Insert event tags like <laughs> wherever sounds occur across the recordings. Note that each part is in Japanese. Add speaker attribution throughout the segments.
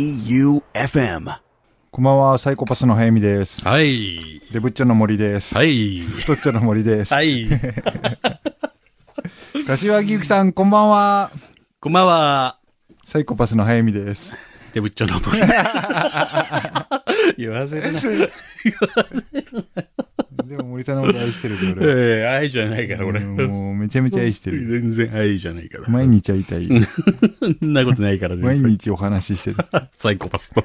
Speaker 1: J-O-E-U-F-M
Speaker 2: こんばんは、サイコパスの早見です。
Speaker 3: はい。
Speaker 2: デブッチョの森です。
Speaker 3: は。い。
Speaker 2: 太っちょの森です。
Speaker 3: はい。
Speaker 2: 柏木由紀さん、こんばんは。
Speaker 3: こんばんは。
Speaker 2: サイコパスの早見です。
Speaker 3: デブッチョの森。言わせるな。
Speaker 2: でも森さんのこと愛してるで俺
Speaker 3: ええ
Speaker 2: は。
Speaker 3: 愛じゃないから、俺。
Speaker 2: うんもうめちゃめちゃ愛してる。
Speaker 3: 全然愛じゃないから。
Speaker 2: 毎日会いたい。
Speaker 3: そんなことないから、
Speaker 2: 毎
Speaker 3: 全然。
Speaker 2: 日お話ししてる。
Speaker 3: サイコパスと。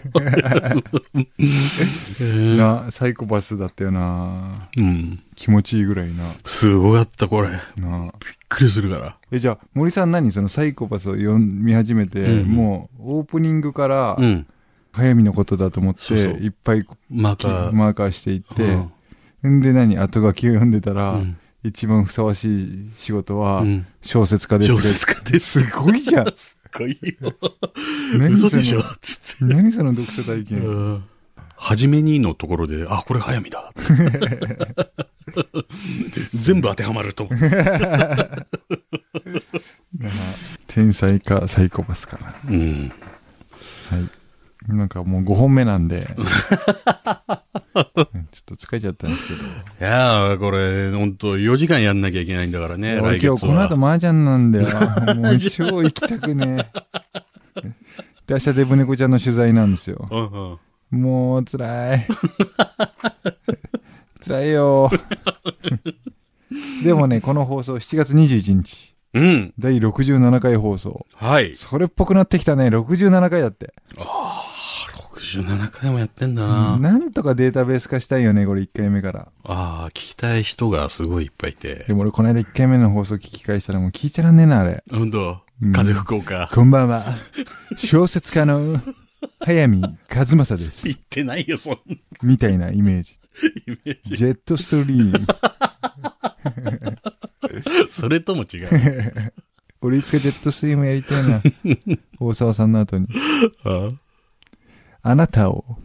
Speaker 2: な、サイコパスだったよな。
Speaker 3: うん。
Speaker 2: 気持ちいいぐらいな。
Speaker 3: すごかった、これ。びっ
Speaker 2: な
Speaker 3: くりするから。
Speaker 2: え、じゃあ、森さん何そのサイコパスを読み始めて、
Speaker 3: うん
Speaker 2: もうオープニングから
Speaker 3: う、ん。
Speaker 2: 早見のことだと思って、
Speaker 3: そうそう
Speaker 2: いっぱい
Speaker 3: ま
Speaker 2: き
Speaker 3: た、
Speaker 2: マーカーしていって、
Speaker 3: うん
Speaker 2: んで何後書きを読んでたら、
Speaker 3: うん
Speaker 2: 一番ふさわしい仕事は
Speaker 3: うん
Speaker 2: 小説家ですと
Speaker 3: 小
Speaker 2: か言っ
Speaker 3: 説
Speaker 2: て、
Speaker 3: 家です。
Speaker 2: すごいじゃん
Speaker 3: すごいよ。
Speaker 2: 何そ
Speaker 3: 嘘
Speaker 2: の
Speaker 3: でしょつって。
Speaker 2: 何その読書体験、
Speaker 3: うんはじめにのところで、あ、これ早見だ。全部当てはまると思う。
Speaker 2: 天才かサイコパスかな、は
Speaker 3: うん。
Speaker 2: い、なんかもう5本目なん
Speaker 3: <laughs>
Speaker 2: でうんちょっと疲れちゃったんですけど
Speaker 3: いやー、これ、ほんと、4時間やんなきゃいけないんだからね、
Speaker 2: 俺
Speaker 3: 来
Speaker 2: 今日
Speaker 3: 月
Speaker 2: この
Speaker 3: は。
Speaker 2: 後麻雀なん
Speaker 3: <laughs>
Speaker 2: だよもう超行きたくね
Speaker 3: <laughs>
Speaker 2: で明日デブ猫ちゃんの取材なんですよ
Speaker 3: うんうん。
Speaker 2: もう辛い <laughs> 辛いよ <laughs> でもねこの放送7月21日
Speaker 3: うん。
Speaker 2: 第67回放送。
Speaker 3: はい。
Speaker 2: それっぽくなってきたね。67回だって。
Speaker 3: 67回もやってんだな。
Speaker 2: なんとかデータベース化したいよね、これ1回目から。
Speaker 3: あー、聞きたい人がすごいいっぱいいて
Speaker 2: で。も俺この間1回目の放送聞き返したらもう聞いちゃらんねえな、あれ。
Speaker 3: ほんと
Speaker 2: うん、
Speaker 3: 風吹こうか。
Speaker 2: こんばんは。小説家の早見和正です。
Speaker 3: 言ってないよ、そんな。
Speaker 2: みたいなイメージ。ジェットストリーム。
Speaker 3: それとも違う。
Speaker 2: 俺いつかジェットストリームやりたいな。大沢さんの後に。
Speaker 3: あ
Speaker 2: あなたを。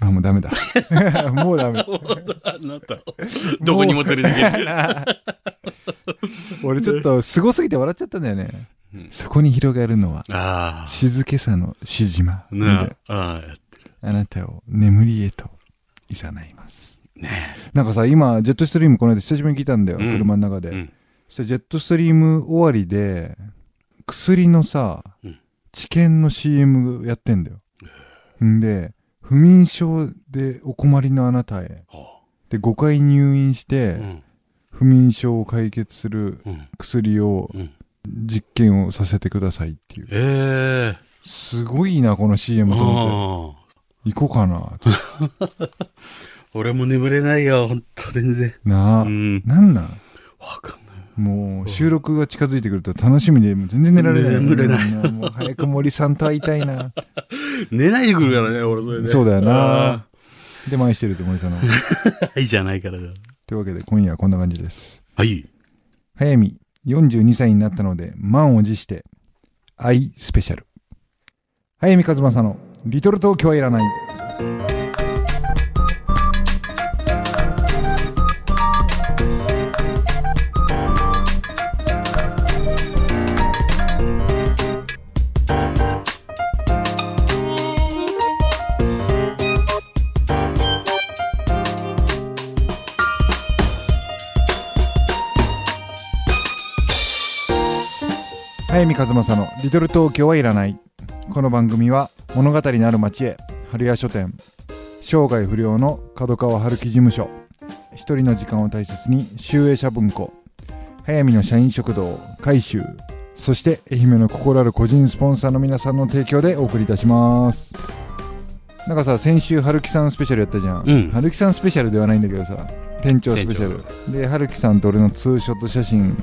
Speaker 2: あ、もうダメだ。
Speaker 3: <laughs>
Speaker 2: もうダメ。
Speaker 3: あなた、どこにも連れてける。
Speaker 2: 俺ちょっとすごすぎて笑っちゃったんだよね。
Speaker 3: うん
Speaker 2: そこに広がるのは、
Speaker 3: あ
Speaker 2: 静けさのしじま
Speaker 3: ー、なあ、あー
Speaker 2: あなたを眠りへと誘います。なんかさ、今、ジェットストリームこの間久しぶりに聞いたんだよ、
Speaker 3: うん
Speaker 2: 車の中で。
Speaker 3: うん
Speaker 2: そしたらジェットストリーム終わりで、薬のさ
Speaker 3: うん、
Speaker 2: 治験の CM やってんだよ。んで、不眠症でお困りのあなたへ。
Speaker 3: は
Speaker 2: で、5回入院し
Speaker 3: あう
Speaker 2: て、
Speaker 3: ん。
Speaker 2: 不眠症を解決する
Speaker 3: うん。
Speaker 2: 薬を
Speaker 3: うん。
Speaker 2: 実験をさせてくださいっていう。
Speaker 3: ええ
Speaker 2: すごいな、この CM と思っ
Speaker 3: ー。
Speaker 2: て。行こうかな。
Speaker 3: 俺も眠れないよ、ほんと、全然。
Speaker 2: なあ。
Speaker 3: うん。
Speaker 2: なんなん
Speaker 3: わかんない。
Speaker 2: もう収録が近づいてくると楽しみで、もう全然寝られない。
Speaker 3: 眠れない
Speaker 2: うんもう早く森さんと会いたいな。
Speaker 3: 寝ないでくるからね、俺、それで。
Speaker 2: そうだよ
Speaker 3: あ
Speaker 2: な。で、愛してるって森さんの。
Speaker 3: ー。はい、じゃないからだ。
Speaker 2: というわけで、今夜はこんな感じです。
Speaker 3: はい。
Speaker 2: 早見、42歳になったので、満を持して、愛スペシャル。早見和正の、リトル東京はいらない。早見和正の「リトル東京はいらない」この番組は物語のある町へ春屋書店生涯不良の角川春樹事務所一人の時間を大切に集英社文庫早見の社員食堂改修そして愛媛の心ある個人スポンサーの皆さんの提供でお送りいたしますなんかさ先週春樹さんスペシャルやったじゃん、
Speaker 3: うん
Speaker 2: 春樹さんスペシャルではないんだけどさ店長スペシャルで春樹さんと俺のツーショット写真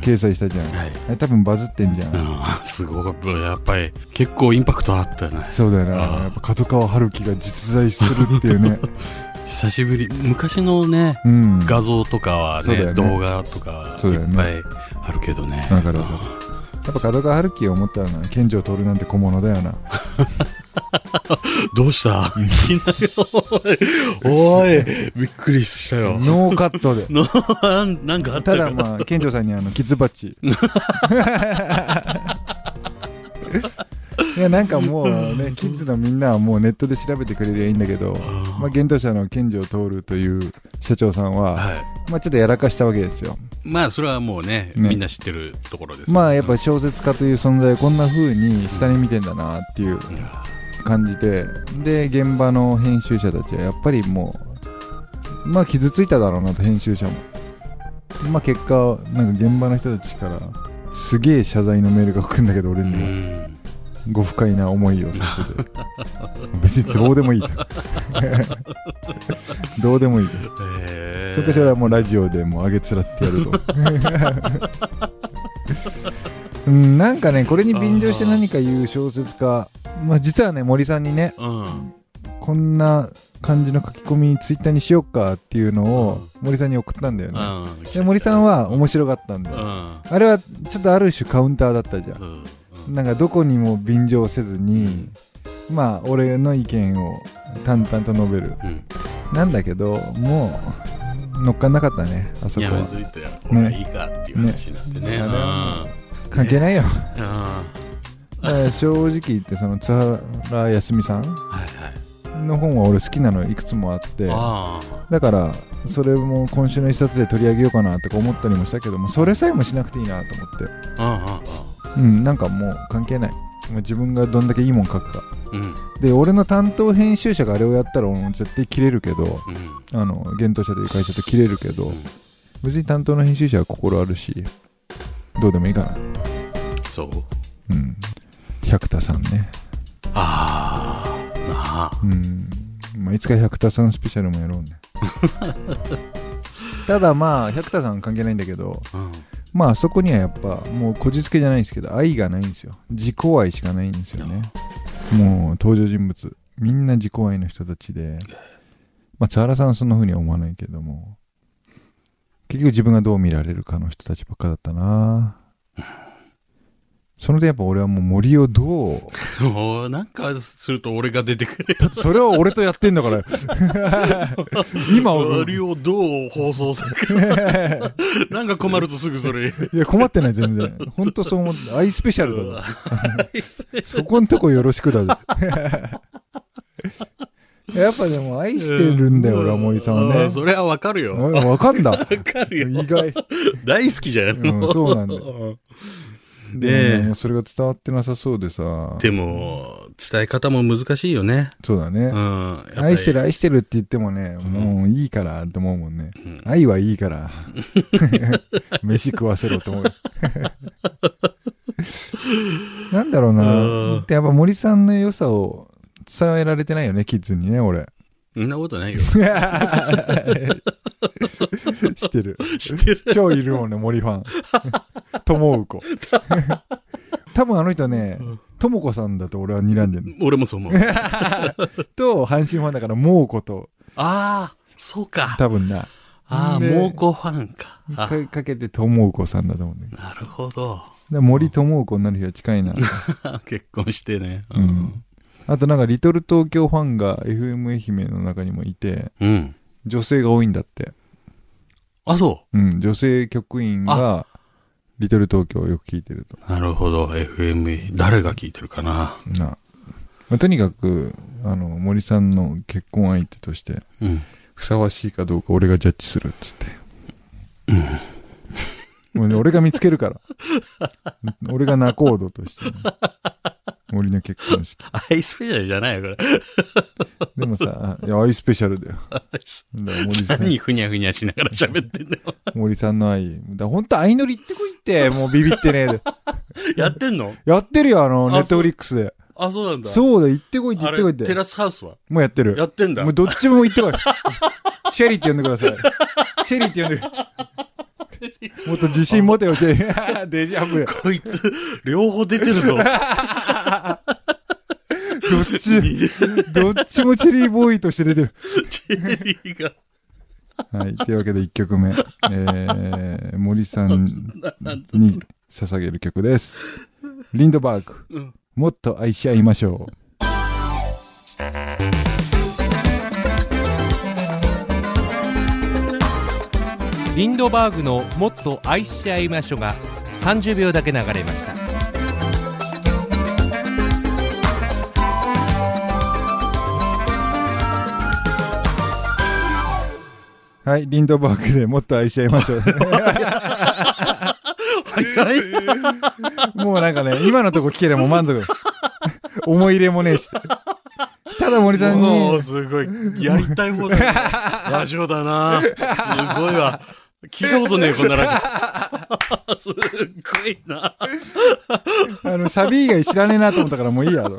Speaker 2: 掲載したじゃん
Speaker 3: はい。
Speaker 2: あれ多分バズってんじゃん、
Speaker 3: うん、すごかった。やっぱり、結構インパクトあったね。
Speaker 2: そうだよな
Speaker 3: ああ
Speaker 2: やっぱ角川春樹が実在するっていう <laughs> ね
Speaker 3: 久しぶり。昔のね、
Speaker 2: うん
Speaker 3: 画像とかは
Speaker 2: そう
Speaker 3: ね、
Speaker 2: だよね
Speaker 3: 動画とか、
Speaker 2: そうだ
Speaker 3: い
Speaker 2: よ
Speaker 3: っ
Speaker 2: ね
Speaker 3: ぱいあるけどね。
Speaker 2: わかるわかやっぱ角川春樹を思ったらな賢者を取るなんて小物だよ
Speaker 3: う
Speaker 2: な
Speaker 3: んどうした <laughs> いきなりおい、おい、びっくりしたよ。
Speaker 2: ノーカット <laughs> で
Speaker 3: の <laughs> なんなんかあったた
Speaker 2: だ
Speaker 3: か
Speaker 2: <laughs> まあ賢者さんにあのキッズバッチいやなんかもうねキッズのみんなはもうネットで調べてくれりゃいいんだけど、まあ、
Speaker 3: は
Speaker 2: 現当社の健城徹という社長さんは、
Speaker 3: い。
Speaker 2: まあ、ちょっとやらかしたわけですよ
Speaker 3: まあ、それはもうね、
Speaker 2: ね
Speaker 3: みんな知ってるところです。
Speaker 2: まあやっぱ小説家という存在をこんな風に下に見てんだなってい
Speaker 3: う
Speaker 2: う
Speaker 3: ん、
Speaker 2: 感じてで現場の編集者たちはやっぱりもうまあ傷ついただろうなと編集者もまあ結果なんか現場の人たちからすげえ謝罪のメールが来るんだけど俺
Speaker 3: う
Speaker 2: には
Speaker 3: ん
Speaker 2: ご不快な思いをさせて別にどうでもいいと <laughs> どうでもいいと
Speaker 3: えー
Speaker 2: それかそれはもうラジオでもう上げつらってやると <laughs> うんなんかねこれに便乗して何か言う小説家まあ実はね森さんにね
Speaker 3: うん。
Speaker 2: こんな感じの書き込みツイッターにしようかっていうのを森さんに送ったんだよね、
Speaker 3: うん。
Speaker 2: で森さんは面白かったんだ
Speaker 3: う
Speaker 2: よ、
Speaker 3: ん。
Speaker 2: あれはちょっとある種カウンターだったじゃん
Speaker 3: うん。
Speaker 2: なんかどこにも便乗せずに、まあ俺の意見を淡々と述べる
Speaker 3: うん。
Speaker 2: なんだけどもう乗っかんなかったねあそこ
Speaker 3: やめ
Speaker 2: は
Speaker 3: といて、俺はいいかっていう話になってね。
Speaker 2: ね
Speaker 3: うん。
Speaker 2: 関
Speaker 3: <laughs>
Speaker 2: 係ないよ、
Speaker 3: うん。は
Speaker 2: だから正直言ってその津原康美さん
Speaker 3: いはい。
Speaker 2: の本は俺好きなのいくつもあって
Speaker 3: あ
Speaker 2: だからそれも今週の一冊で取り上げようかなとか思ったりもしたけどもそれさえもしなくていいなと思っ
Speaker 3: あ。あ
Speaker 2: てうんなんかもう関係ないもう自分がどんだけいいもん書くか
Speaker 3: あ。うん。
Speaker 2: で俺の担当編集者があれをやったら俺も絶対切れるけど
Speaker 3: うん。
Speaker 2: あの現当社という会社と切れるけど
Speaker 3: うん
Speaker 2: 別に担当の編集者は心あるしどうでもいいかな
Speaker 3: そう。
Speaker 2: うん百田さんね
Speaker 3: ああ。なあ。
Speaker 2: うん、まあ、いつか百田さんスペシャルもやろうねただまあ百田さん関係ないんだけど
Speaker 3: うん。
Speaker 2: まああそこにはやっぱもうこじつけじゃないんですけど愛がないんですよ自己愛しかないんですよねもう登場人物みんな自己愛の人たちでまあ津原さんはそんな風には思わないけども結局自分がどう見られるかの人たちばっかだったなその点やっぱ俺はもう森をどう
Speaker 3: もうなんかすると俺が出てくる。
Speaker 2: だってそれは俺とやってんだから
Speaker 3: <laughs>
Speaker 2: 今俺
Speaker 3: 割をどう放送するか。
Speaker 2: <laughs>
Speaker 3: なんか困るとすぐそれ。
Speaker 2: いや困ってない全然本当そう思ってアイスペシャルだぞ <laughs>
Speaker 3: う
Speaker 2: そこんとこよろしくだぞ。 <laughs> やっぱでも愛してるんだよ、
Speaker 3: う
Speaker 2: 俺は森さんは
Speaker 3: う
Speaker 2: ね。
Speaker 3: それはわかるよ。わ
Speaker 2: あわかんだ。
Speaker 3: <laughs> かるよ。
Speaker 2: 意外。
Speaker 3: 大好きじゃん。
Speaker 2: うん、そうなんだよ。
Speaker 3: うん
Speaker 2: で
Speaker 3: ねえ
Speaker 2: ももうそれが伝わってなさそうでさ。
Speaker 3: でも、伝え方も難しいよね。
Speaker 2: そうだ
Speaker 3: う
Speaker 2: ね。
Speaker 3: ん。
Speaker 2: 愛してる
Speaker 3: やっ
Speaker 2: 愛してるって言ってもね、
Speaker 3: ん
Speaker 2: もういいからって思うもんね。
Speaker 3: ぱり。うん
Speaker 2: 愛はい
Speaker 3: <laughs>
Speaker 2: いから。飯食わせろって思う。なんだろう
Speaker 3: うん
Speaker 2: な。でやっぱ森さんの良さを伝えられてないよね、キッズに
Speaker 3: <laughs>
Speaker 2: ね、俺。
Speaker 3: そんなことないよ。
Speaker 2: 知ってる。
Speaker 3: 知ってる。
Speaker 2: 超いるもんね、森ファン。友子。多分あの人ね、友子さんだと俺は睨んでる。
Speaker 3: 俺もそう思う。
Speaker 2: と、阪神ファンだから、猛子と、
Speaker 3: <laughs> ああ、そうか。
Speaker 2: 多分な、
Speaker 3: ああ、
Speaker 2: ね
Speaker 3: 猛虎ファンか。あ
Speaker 2: かかけて友子さんだと思うんだけど。
Speaker 3: なるほど。 <laughs>
Speaker 2: だから森友子になる日は近いな。
Speaker 3: 結婚してね。
Speaker 2: う。ん。あとなんか、リトル東京ファンが FM 愛媛の中にもいて、
Speaker 3: うん。
Speaker 2: 女性が多いんだって。
Speaker 3: あ、そ
Speaker 2: うん、女性局員が、リトル東京をよく聞いてると。
Speaker 3: う。なるほど。FM、誰が聞いてるかな。
Speaker 2: な、まあとにかくあの森さんの結婚相手として
Speaker 3: うん。
Speaker 2: ふさわしいかどうか俺がジャッジするっつって、もうね俺が見つけるから <laughs> 俺が仲人としてね、森の結婚式
Speaker 3: アイスペシャルじゃないよ、これ。
Speaker 2: でもさいや愛スペシャルだよだから森さん
Speaker 3: <laughs> 何ふにゃふにゃしながら喋ってんだよ。
Speaker 2: 森さんの愛だから本当は愛のり行ってこ
Speaker 3: <laughs>
Speaker 2: いってもうビビってねえで
Speaker 3: やってんの
Speaker 2: やってるよあの
Speaker 3: あ
Speaker 2: ネットフリックスで
Speaker 3: あ、そう
Speaker 2: <laughs>
Speaker 3: なんだ。う。
Speaker 2: そうだ行ってこいって
Speaker 3: あ
Speaker 2: 行ってこい
Speaker 3: れ、
Speaker 2: っ
Speaker 3: テ
Speaker 2: て
Speaker 3: ラスハウスは
Speaker 2: もうやってる
Speaker 3: やってんだ
Speaker 2: もう。どっちも行ってこい。シェリーって呼んでください。シェリーって呼んでください。もっと自信持てよ、シェリー。デジャブや。
Speaker 3: こいつ、両方出てるぞ。 <laughs>
Speaker 2: どっち、どっちもチェリーボーイとして出てる。
Speaker 3: チェリーが。
Speaker 2: はい。というわけで1曲目。えー、森さんに捧げる曲です。リンドバーグ。
Speaker 3: うん
Speaker 2: もっと愛し合いましょう。
Speaker 1: リンドバーグの「もっと愛し合いましょ」が30秒だけ流れました
Speaker 2: はい、リンドバーグでもっと愛し合いましょう。
Speaker 3: 早い。
Speaker 2: もうなんかね、今のとこ聞ければもう満足。思い入れもねえし。ただ森さん
Speaker 3: もう
Speaker 2: に、
Speaker 3: すごい。やりたい放題 <laughs> のラジオだな。すごいわ。聞いたことねえ、こんなラ <laughs> ジオ。すっごいな。
Speaker 2: あの、サビ以外知らねえなと思ったからもういいやと。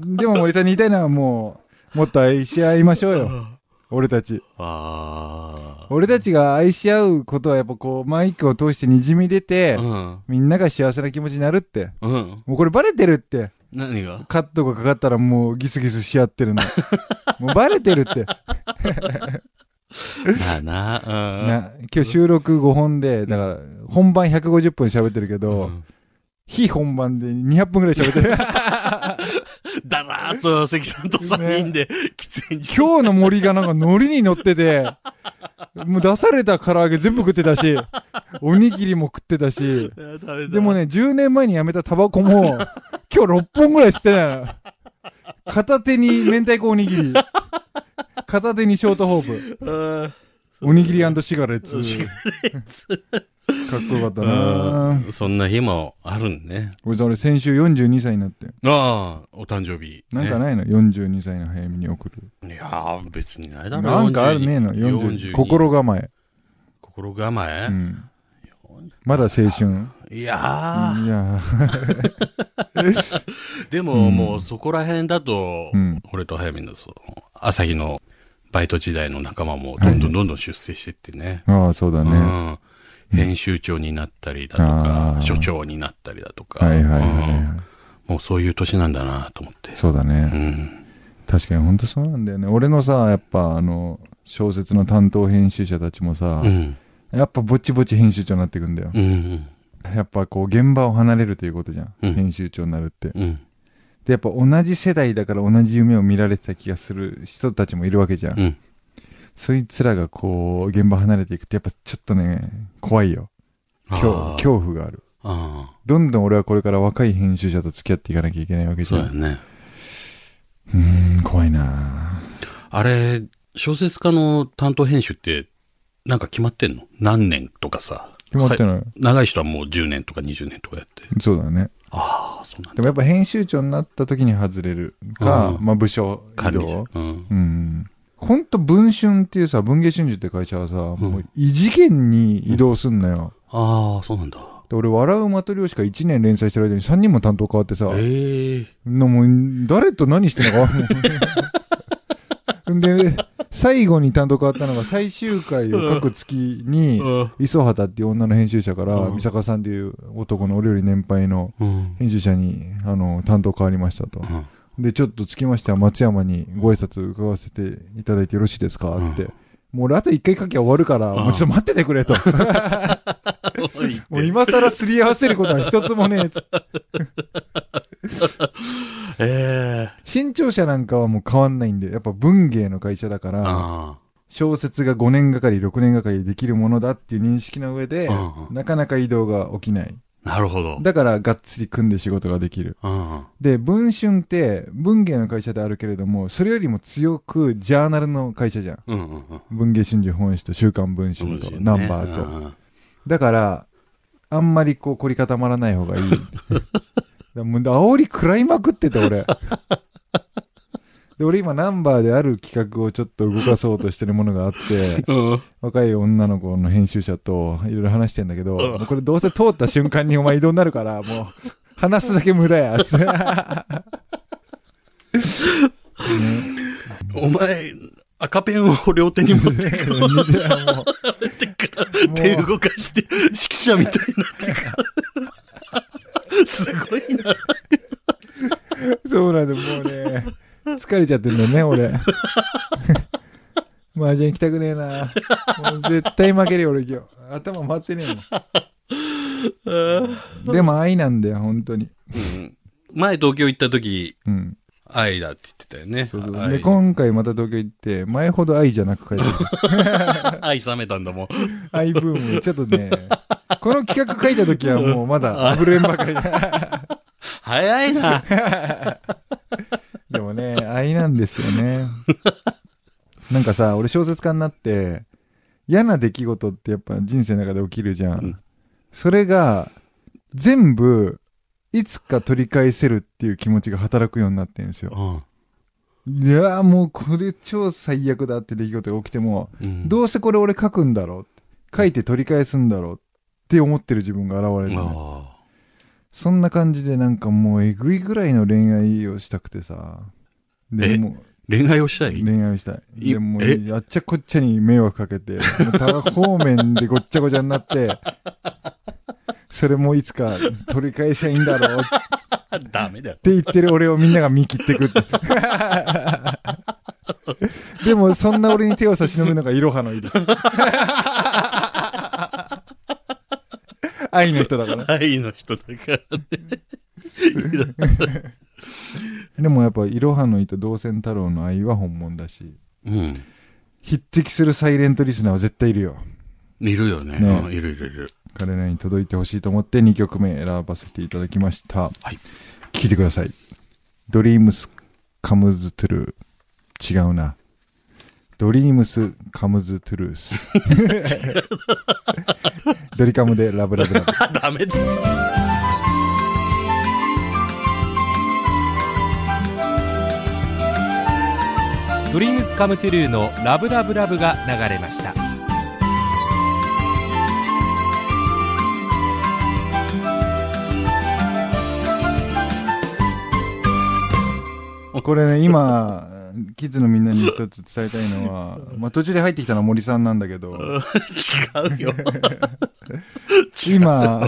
Speaker 2: でも森さんに言いたいのはもう、もっと愛し合いましょうよ。俺たち。
Speaker 3: あ
Speaker 2: 俺たちが愛し合うことはやっぱこう、マイクを通してにじみ出て
Speaker 3: あ。う、ん。
Speaker 2: みんなが幸せな気持ちになるって。
Speaker 3: うん。
Speaker 2: もうこれバレてるって。
Speaker 3: 何が
Speaker 2: カットがかかったらもうギスギスし合って
Speaker 3: <laughs>
Speaker 2: るの。もうバレてるって。
Speaker 3: まあな。うん。
Speaker 2: な今日収録5本で、だから本番150分喋ってるけど、
Speaker 3: うん
Speaker 2: 非本番で200分ぐらい喋ってる。
Speaker 3: だ
Speaker 2: <laughs>
Speaker 3: らーっと関さんと3人で喫煙所。
Speaker 2: 今日の森がなんかノリに乗ってて、もう出された唐揚げ全部食って
Speaker 3: <laughs>
Speaker 2: たし、おにぎりも食ってたし、
Speaker 3: いやダメだ
Speaker 2: でもね、10年前にやめたタバコも、今日6本ぐらい吸ってたよ。片手に明太子おにぎり、片手にショートホープ、
Speaker 3: うん
Speaker 2: おにぎりシガレッツ。
Speaker 3: シガ
Speaker 2: かっこよかった
Speaker 3: う
Speaker 2: なん
Speaker 3: そんな日もあるんね。
Speaker 2: 俺さ、俺先週42歳になって。
Speaker 3: ああ、お誕生日。
Speaker 2: なんか
Speaker 3: ね。
Speaker 2: ないの ?42 歳の早めに送る。
Speaker 3: いやー、別にないだろ。
Speaker 2: なんかあるねえの
Speaker 3: 42 42
Speaker 2: ?40。心構え。
Speaker 3: 心構え
Speaker 2: うん。まだ青春。
Speaker 3: いや
Speaker 2: いや
Speaker 3: ー、でももうそこら辺だと
Speaker 2: <laughs> うん、
Speaker 3: 俺と早見のその、朝日のバイト時代の仲間もどんどんどんどん出世してってね。
Speaker 2: ー、ああ、そうだ
Speaker 3: う
Speaker 2: ね。
Speaker 3: ん。編集長になったりだとか
Speaker 2: あ、ー
Speaker 3: 所長になったりだとか。
Speaker 2: はいはいはい
Speaker 3: うん
Speaker 2: は
Speaker 3: もうそういう年なんだなと思って
Speaker 2: い。。そうだ
Speaker 3: う
Speaker 2: ね。
Speaker 3: ん。
Speaker 2: 確かに本当そうなんだよね。俺のさ、やっぱあの、小説の担当編集者たちもさ
Speaker 3: う、ん。
Speaker 2: やっぱぼちぼち編集長になってくんだよ
Speaker 3: う。ん。
Speaker 2: やっぱこう、現場を離れるということじゃん。
Speaker 3: うん
Speaker 2: 編集長になるって。
Speaker 3: うん。
Speaker 2: で、やっぱ同じ世代だから同じ夢を見られてた気がする人たちもいるわけじゃん。
Speaker 3: うん。
Speaker 2: そいつらがこう、現場離れていくってやっぱちょっとね、怖いよ。恐
Speaker 3: あー
Speaker 2: 恐怖がある。
Speaker 3: あ
Speaker 2: どんどん俺はこれから若い編集者と付き合っていかなきゃいけないわけ
Speaker 3: あ、
Speaker 2: じ
Speaker 3: そ
Speaker 2: ゃ。
Speaker 3: うんだよね。
Speaker 2: うーん、怖いな
Speaker 3: あれ、小説家の担当編集って、なんか決まってんの何年とかさ。
Speaker 2: 決まって
Speaker 3: は
Speaker 2: ない、
Speaker 3: い長い人はもう10年とか20年とかやって。
Speaker 2: そうだね。
Speaker 3: ああ、そうなんだ。
Speaker 2: でもやっぱ編集長になった時に外れるか、
Speaker 3: うん
Speaker 2: まあ部署移
Speaker 3: 管理者
Speaker 2: 動。
Speaker 3: うん。
Speaker 2: うん。ほんと文春っていうさ、文芸春秋って会社はさ、もう異次元に移動すんのよ。
Speaker 3: ああ、そうなんだ。
Speaker 2: で俺、笑うマトリョーシカ1年連載してる間に3人も担当変わってさ、
Speaker 3: ええ
Speaker 2: のもう誰と何してんのか分かんない <laughs> で、最後に担当変わったのが最終回を各月に、
Speaker 3: ー。
Speaker 2: 磯畑っていう女の編集者から、
Speaker 3: うん
Speaker 2: 三坂さんっていう男の俺より年配の
Speaker 3: うん。
Speaker 2: 編集者に、あの、担当変わりましたと。
Speaker 3: うん <laughs>
Speaker 2: で、ちょっとつきましては松山にご挨拶伺わせていただいてよろしいですかって。
Speaker 3: うん
Speaker 2: もう俺あと一回書きゃ終わるから、
Speaker 3: うん
Speaker 2: もうちょっと待っててくれと。もう今更すり合わせることは一つもねえ。つ
Speaker 3: ええ
Speaker 2: 新潮社なんかはもう変わんないんで、やっぱ文芸の会社だから、
Speaker 3: あ
Speaker 2: 小説が5年がかり、6年がかりできるものだっていう認識の上で
Speaker 3: うん、うん
Speaker 2: なかなか移動が起きない。
Speaker 3: あ、なるほど。
Speaker 2: だからがっつり組んで仕事ができる。
Speaker 3: うん。
Speaker 2: で、文春って文芸の会社であるけれども、それよりも強くジャーナルの会社じゃん。
Speaker 3: うんうんうん。
Speaker 2: 文芸春秋本誌と週刊文
Speaker 3: そう
Speaker 2: 春
Speaker 3: です
Speaker 2: と
Speaker 3: よね
Speaker 2: ナンバー
Speaker 3: う
Speaker 2: と。
Speaker 3: んうん
Speaker 2: だから、あんまりこう凝り固まらない方
Speaker 3: <laughs>
Speaker 2: がいい。だからもう煽り食らいまくってて俺。で、俺今ナンバーである企画をちょっと動かそうとしてるものがあ
Speaker 3: <laughs>
Speaker 2: って、
Speaker 3: うん。
Speaker 2: 若い女の子の編集者といろいろ話してんだけど、
Speaker 3: うん
Speaker 2: もうこれどうせ通った瞬間にお前移動になるから、もう話すだけ無駄や。つって
Speaker 3: お前、赤ペンを両手に持って <laughs>
Speaker 2: いやもう
Speaker 3: ってから、手動かして、指揮者みたいになって <laughs> から。すごいな。
Speaker 2: そうなんだ、もうね、疲れちゃってんだよね、俺。 <laughs> マージャン行きたくねえな。もう絶対負けるよ、俺今日。頭回ってねえもん。でも愛なんだよ、本当に。
Speaker 3: 前東京行った時、
Speaker 2: うん。
Speaker 3: 愛だって言ってたよね。
Speaker 2: そうそう。
Speaker 3: 愛
Speaker 2: で、今回また東京行って、前ほど愛じゃなく書いて
Speaker 3: <laughs>
Speaker 2: る。
Speaker 3: 愛冷めたんだもん。
Speaker 2: 愛ブーム、ちょっとね、この企画書いた時はもうまだ溢れんばかり。
Speaker 3: 早いな。
Speaker 2: <laughs> でもね、愛なんですよね。なんかさ、俺小説家になって、嫌な出来事ってやっぱ人生の中で起きるじゃん。
Speaker 3: うん
Speaker 2: それが、全部、いつか取り返せるっていう気持ちが働くようになってんですよ。
Speaker 3: うん
Speaker 2: いやーもうこれ超最悪だって出来事が起きても、
Speaker 3: うん
Speaker 2: どうせこれ俺書くんだろう。書いて取り返すんだろうって思ってる自分が現れる、ね。
Speaker 3: ああ
Speaker 2: そんな感じでなんかもうえぐいぐらいの恋愛をしたくてさ。で
Speaker 3: え
Speaker 2: も
Speaker 3: 恋愛をしたい
Speaker 2: 恋愛をしたい。
Speaker 3: い
Speaker 2: でも、
Speaker 3: え
Speaker 2: あっちゃこっちゃに迷惑かけて、もう多方面でごっちゃごちゃに
Speaker 3: <laughs>
Speaker 2: なって、それもいつか取り返しゃいいんだろうっ
Speaker 3: あダメだよ。
Speaker 2: て言ってる俺をみんなが見切ってく
Speaker 3: <laughs>
Speaker 2: って。でも、そんな俺に手を差し伸べるのがイロハ
Speaker 3: <laughs>
Speaker 2: のいです。愛の人だから。
Speaker 3: 愛の人だからね。
Speaker 2: でもやっぱ、イロハの糸、同線太郎の愛は本物だし、
Speaker 3: うん。
Speaker 2: 匹敵するサイレントリスナーは絶対いるよ。
Speaker 3: いるよね。
Speaker 2: ね
Speaker 3: うん、いるいるいる。。
Speaker 2: 彼らに届いてほしいと思って2曲目選ばせていただきました。はい聴いてください。ドリームスカムズトゥルー。違うな。ドリームスカムズトゥルース。 <laughs> ドリカムでラブラブラブ。
Speaker 3: あ、ダメだ。
Speaker 1: ドリームスカムトゥルーのラブラブラブが流れました
Speaker 2: これね、今、キッズのみんなに一つ伝えたいのは、まあ、途中で入ってきたのは森さんなんだけど、
Speaker 3: 違う
Speaker 2: <laughs>
Speaker 3: よ。
Speaker 2: 今、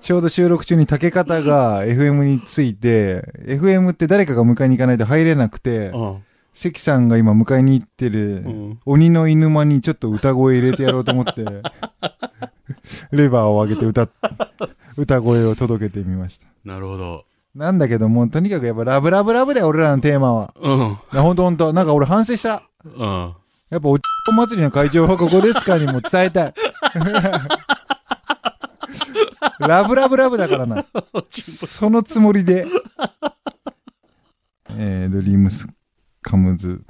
Speaker 2: ちょうど収録中に竹方が FM について、FM って誰かが迎えに行かないと入れなくて、
Speaker 3: うん。
Speaker 2: 関さんが今迎えに行ってる、
Speaker 3: ん
Speaker 2: 鬼の犬間にちょっと歌声入れてやろうと思って、レバーを上げて歌っ、歌声を届けてみました。
Speaker 3: なるほど。
Speaker 2: なんだけども、とにかくやっぱラブラブラブだよ、俺らのテーマは。
Speaker 3: うん。
Speaker 2: なほんとほんと、なんか俺反省した。
Speaker 3: うん。
Speaker 2: やっぱおっこ祭りの会場はここですかにも伝えたい。ラブラブラブだからな。そのつもりで。えー、ドリームスカムズ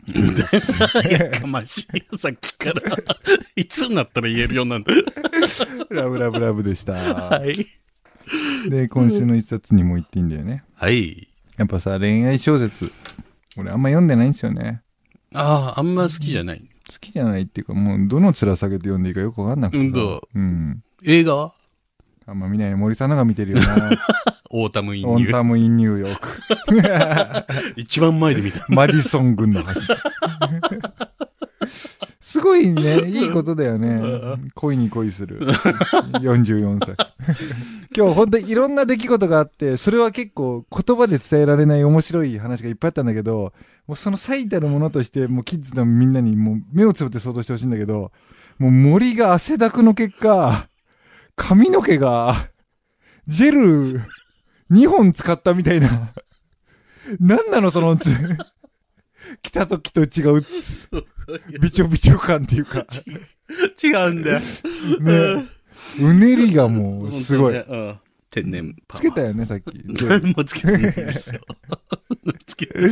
Speaker 3: やかましい。さっきから。 <laughs> いつになったら言えるようなんだ。
Speaker 2: ラブラブラブでした。
Speaker 3: はい。
Speaker 2: で、今週の一冊にも言っていいんだよね。
Speaker 3: はい。
Speaker 2: やっぱさ、恋愛小説、俺あんま読んでないんですよね。
Speaker 3: ああ、あんま好きじゃない。
Speaker 2: 好きじゃないっていうか、もうどの面下げて読んでいいかよくわかんなくて
Speaker 3: うん
Speaker 2: さ。
Speaker 3: と、
Speaker 2: うん。
Speaker 3: 映画は
Speaker 2: あんま見ない森さんのが見てるよ
Speaker 3: <laughs>
Speaker 2: な。
Speaker 3: オータムイン
Speaker 2: オ
Speaker 3: ニュ
Speaker 2: ン
Speaker 3: ー。
Speaker 2: タムインニューヨーク。
Speaker 3: 一番前で見た。
Speaker 2: マディソン軍の橋。すごいね、いいことだよね。恋に恋する。44歳。今日本当にいろんな出来事があって、それは結構言葉で伝えられない面白い話がいっぱいあったんだけど、もうその最たるものとして、もうキッズのみんなにもう目をつぶって想像してほしいんだけど、もう森が汗だくの結果、髪の毛が、ジェル2本使ったみたいな。なんなのそのつ、来た時と違うつ、びちょびちょ感っていう
Speaker 3: <laughs>
Speaker 2: か、
Speaker 3: 違うんだよ。
Speaker 2: ね。うねりがもうすごい。
Speaker 3: うん。天然パ
Speaker 2: つけた
Speaker 3: よ。
Speaker 2: よね、さっき。
Speaker 3: <laughs> 何もつけてないですよ。つけてな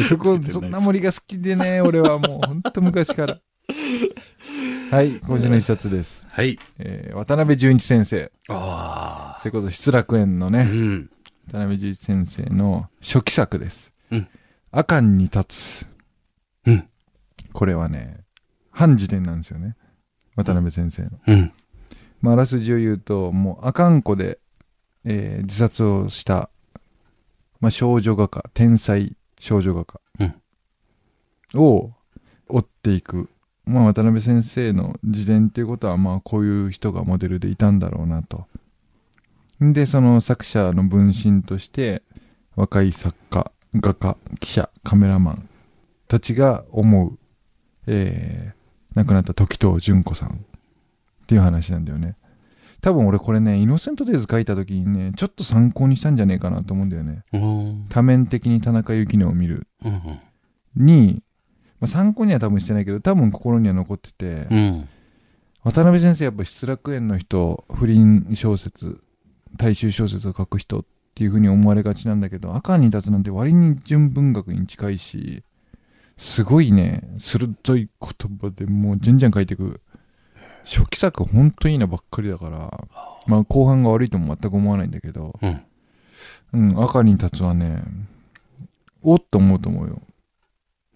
Speaker 3: い
Speaker 2: そ
Speaker 3: つけてな
Speaker 2: こ
Speaker 3: い、です
Speaker 2: そんな森が好きでね、俺はもうほんと昔から。はい、今週の一冊です。
Speaker 3: はい。
Speaker 2: えー渡辺淳一先生。
Speaker 3: ああ。
Speaker 2: それこそ失楽園の
Speaker 3: う
Speaker 2: ね、
Speaker 3: ん。
Speaker 2: 渡辺淳一先生の初期作です。
Speaker 3: うん
Speaker 2: 阿寒に立つ。
Speaker 3: うん
Speaker 2: これはね、半辞典なんですよね。渡辺先生の。
Speaker 3: うん。
Speaker 2: まあ、あらすじを言うと、もう、阿寒湖で、えー自殺をした、まあ、少女画家、天才少女画家を追っていく。まあ、渡辺先生の自伝っていうことは、まあ、こういう人がモデルでいたんだろうなと。で、その作者の分身として、若い作家、画家、記者、カメラマンたちが思う、えー、亡くなった時藤淳子さんっていう話なんだよね。多分俺これね、イノセントデイズ書いた時にね、ちょっと参考にしたんじゃねえかなと思うんだよね。
Speaker 3: うん。
Speaker 2: 多面的に田中幸乃を見る
Speaker 3: うん。
Speaker 2: に、まあ、参考には多分してないけど、多分心には残ってて、
Speaker 3: うん。
Speaker 2: 渡辺先生やっぱ失楽園の人不倫小説大衆小説を書く人っていうふうに思われがちなんだけど赤に立つなんて割に純文学に近いしすごいね鋭い言葉でもうじゃんじゃん書いていく初期作ほんといいのばっかりだから、まあ後半が悪いとも全く思わないんだけど、
Speaker 3: うん。
Speaker 2: うん、赤に立つはね、おっと思うと思うよ。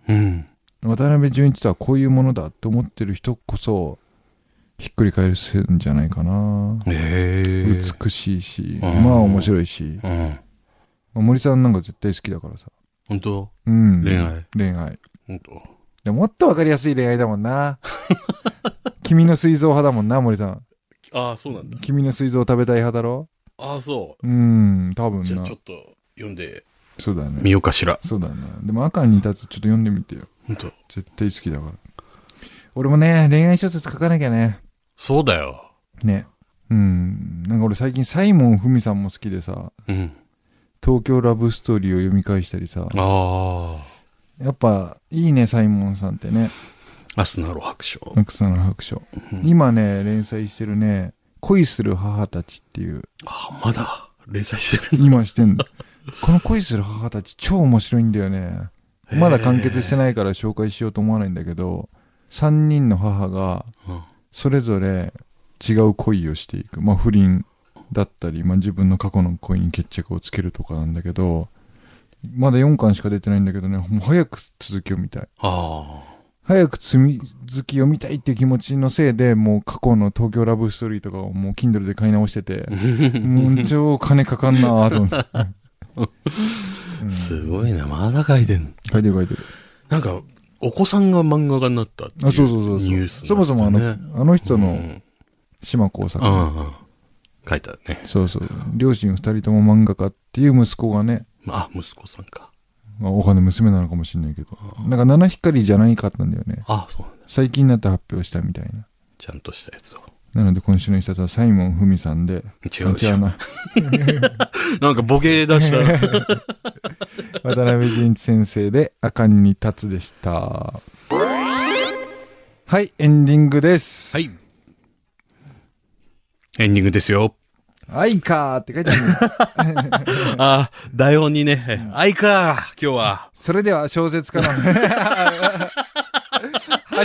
Speaker 3: うん。
Speaker 2: 渡辺淳一とはこういうものだと思ってる人こそ、ひっくり返せるんじゃないかな。
Speaker 3: へえ。
Speaker 2: 美しいし、
Speaker 3: うん
Speaker 2: まあ面白いし、
Speaker 3: うん。
Speaker 2: まあ森さんなんか絶対好きだからさ。
Speaker 3: 本当
Speaker 2: うん。
Speaker 3: 恋。愛。
Speaker 2: 恋愛。
Speaker 3: 本当
Speaker 2: でももっとわかりやすい恋愛だもん
Speaker 3: <laughs>
Speaker 2: な。君の水蔵派だもんな、森さん。
Speaker 3: ああ、そうなんだ。
Speaker 2: 君の水蔵食べたい派だろ
Speaker 3: ああ、そう
Speaker 2: ーん、多分
Speaker 3: う。じゃ
Speaker 2: な
Speaker 3: あちょ。っと読んで
Speaker 2: そうだ
Speaker 3: み
Speaker 2: ね。
Speaker 3: ようかしら。
Speaker 2: そうだね。でも赤に立つちょっと読んでみてよ。
Speaker 3: 本当
Speaker 2: 絶対好きだから。俺もね、恋愛小説書かなきゃね。
Speaker 3: そうだよ。
Speaker 2: ね。うん。なんか俺最近サイモン・フミさんも好きでさ、
Speaker 3: うん。
Speaker 2: 東京ラブストーリーを読み返したりさ。
Speaker 3: あ
Speaker 2: やっぱ、いいね、サイモンさんってね。
Speaker 3: あ。アスナロ白書。
Speaker 2: 奥さんの白書。
Speaker 3: うん
Speaker 2: 今ね、連載してるね、恋する母たちっていう、
Speaker 3: ああ、まだ連載してるんだ。
Speaker 2: 今してんの。この恋する母たち超面白いんだよね。まだ完結して
Speaker 3: ない。
Speaker 2: ないから紹介しようと思わないんだけど、3人の母が
Speaker 3: うん
Speaker 2: それぞれ違う恋をしていく。まあ不倫だったり、まあ自分の過去の恋に決着をつけるとかなんだけど、まだ4巻しか出てないんだけどね、もう早く続きを見たい。
Speaker 3: あ
Speaker 2: 早く積み続き読みたいっていう気持ちのせいで、もう過去の東京ラブストーリーとかをもう Kindle で買い直して <laughs> て、もう超金かかんなぁと思 <laughs> って。う
Speaker 3: あ。
Speaker 2: ん
Speaker 3: すごいな。まだ書いてんの。
Speaker 2: 書いてる書いてる。
Speaker 3: なんか、お子さんが漫画家になったってい
Speaker 2: あ、そうそうそうそう。
Speaker 3: ニュース
Speaker 2: そもそもあの、あの人の島耕作、
Speaker 3: あ書いたね。
Speaker 2: そうそう。両親二人とも漫画家っていう息子がね、
Speaker 3: あ、息子さんか。
Speaker 2: まあ、お金娘なのかもしれないけど、なんか七光じゃないかったんだよね。
Speaker 3: あ、そうなんだ。
Speaker 2: 最近になって発表したみたいな。
Speaker 3: ちゃんとしたやつを。
Speaker 2: なので今週の一冊はサイモン・フミさんで、
Speaker 3: 違うでし
Speaker 2: あ
Speaker 3: ょ
Speaker 2: 違。な。
Speaker 3: なんかボケ出
Speaker 1: <laughs>
Speaker 3: した。
Speaker 2: 渡辺淳一先生で「赤に立つ」でしたはいエンディングです
Speaker 3: はい。エンディングですよ。
Speaker 2: 「はいか」って書いてある
Speaker 3: あー、台本にね、愛か、今日は。
Speaker 2: それでは小
Speaker 3: <laughs>
Speaker 2: 説からは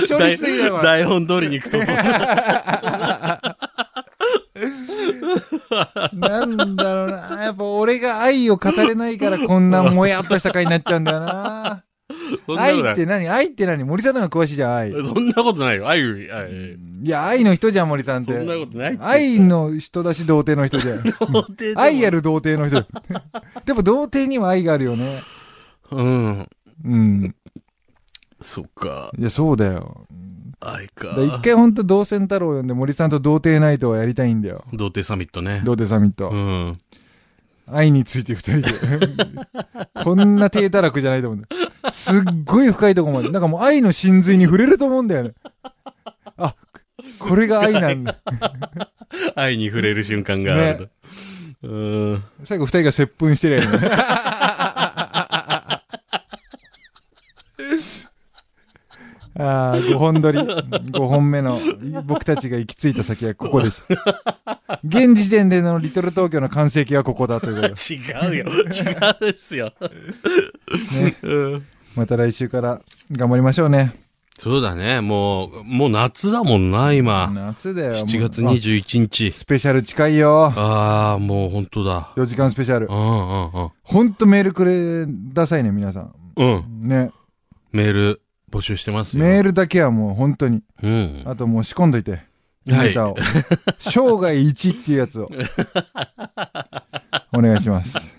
Speaker 2: しょりすぎだよこれ
Speaker 3: 台本通りに行くと
Speaker 2: <laughs>
Speaker 3: そう
Speaker 2: なんだろうなやっぱ俺が愛を語れないからこんなもやっとした回になっちゃうんだよな
Speaker 3: そんなこと
Speaker 2: 愛
Speaker 3: な
Speaker 2: っ
Speaker 3: い
Speaker 2: て何愛って何森さんの方が詳しいじゃん愛
Speaker 3: そんなことないよ。愛より、愛。
Speaker 2: いや愛の人じゃん森さんって
Speaker 3: そんなことないって。
Speaker 2: 愛の人だし童貞の人
Speaker 3: <laughs>
Speaker 2: じゃん愛あ
Speaker 3: る。
Speaker 2: る童貞の人。でも童貞には愛があるよね。
Speaker 3: うん。
Speaker 2: うん。
Speaker 3: そっか。
Speaker 2: いや、そうだよ。
Speaker 3: 愛
Speaker 2: だ
Speaker 3: か
Speaker 2: から。一回ほんと同線太郎を呼んで森さんと童貞ナイトをやりたいん
Speaker 3: <laughs>
Speaker 2: だよ。
Speaker 3: 童貞サミットね。
Speaker 2: 童貞サミット。
Speaker 3: うん。
Speaker 2: 愛について二人で。 <laughs> こんな低たらくじゃないと思うんだよ。すっごい深いとこまで。なんかもう愛の真髄に触れると思うんだよね。あ、これが愛なんだ。
Speaker 3: 愛に触れる瞬間がある。うん。
Speaker 2: 最後二人が接吻してるやん、ね。ああ、5本撮り。5本目の僕たちが行き着いた先はここです。現時点でのリトル東京の完成形はここだということです。
Speaker 3: 違うよ。違うですよ。
Speaker 2: ね、
Speaker 3: うん
Speaker 2: また来週から頑張りましょうね。
Speaker 3: そうだね。もう、もう夏だもんな、今。
Speaker 2: 夏だよ。もう
Speaker 3: 7月
Speaker 2: あ
Speaker 3: 21日。
Speaker 2: スペシャル近いよ。
Speaker 3: ああ、もう本当だ。
Speaker 2: 4時間スペシャル
Speaker 3: う。んうんうん。
Speaker 2: ほんとメールくれださいね、皆さん。
Speaker 3: うん。
Speaker 2: ね。
Speaker 3: メール募集してますよ。
Speaker 2: メ
Speaker 3: ル
Speaker 2: ールだけはもう本当に。
Speaker 3: うん。
Speaker 2: あともう仕込んどいて。
Speaker 3: はい
Speaker 2: ネタを。生涯一っていうやつを。お願いします。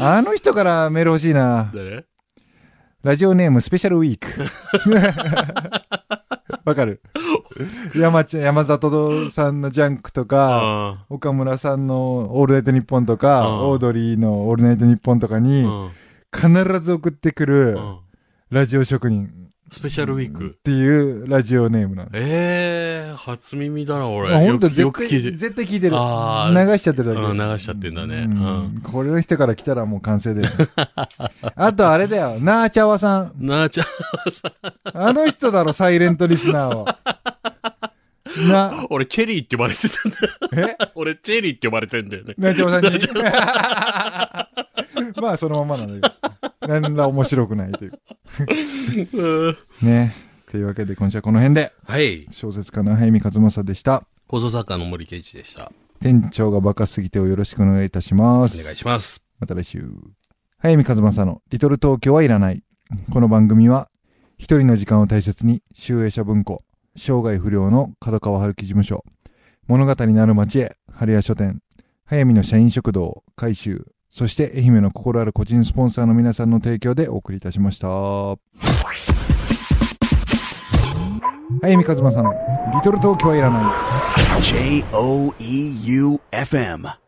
Speaker 2: あの人からメール欲しいな。
Speaker 3: 誰
Speaker 2: ラジオネームスペシャルウィーク。 <laughs> わかる山ちゃん、山里さんのジャンクとか、
Speaker 3: あ
Speaker 2: 岡村さんのオールナイトニッポンとか、
Speaker 3: うん
Speaker 2: オードリーのオールナイトニッポンとか
Speaker 3: あ。う
Speaker 2: に、
Speaker 3: ん。
Speaker 2: 必ず送ってくる
Speaker 3: うん
Speaker 2: ラジオ職人
Speaker 3: スペシャルウィー
Speaker 2: っ
Speaker 3: ク。
Speaker 2: ていうラジオネームなの。
Speaker 3: ええー、初耳だな、俺。
Speaker 2: あ本当
Speaker 3: よくよく
Speaker 2: 絶対
Speaker 3: 聞いてる。
Speaker 2: 絶対聞いてる。
Speaker 3: あー
Speaker 2: 流しちゃってるだけ。
Speaker 3: うん流しちゃってんだねうん
Speaker 2: これの人から来たらもう完成だよ。 <laughs> あとあれだよ、なーちゃわさん。
Speaker 3: なあちゃん、
Speaker 2: あの人だろ、サイレントリスナーは。 <laughs> な、
Speaker 3: 俺、チェリーって呼ばれてたんだ。
Speaker 2: え
Speaker 3: 俺、チェリーって呼ばれてんだよね。
Speaker 2: なーちゃわさん
Speaker 3: <laughs>
Speaker 2: に。まあそのままなんだけど。何ら面白くないという。
Speaker 3: うん
Speaker 2: ね。というわけで今週はこの辺で
Speaker 3: はい。
Speaker 2: 小説家の早見和正でした
Speaker 3: 放送作家の森圭一でした。
Speaker 2: 店長がバカすぎてをよろしくお願いいたします
Speaker 3: お願いします。
Speaker 2: また来週早見和正の「リトル東京はいらない」この番組は一人の時間を大切に集英社文庫生涯不良の角川春樹事務所物語なる町へ春屋書店早見の社員食堂改修そして愛媛の心ある個人スポンサーの皆さんの提供でお送りいたしました早見和正の「リトル東京はいらない」
Speaker 4: J O E U F M.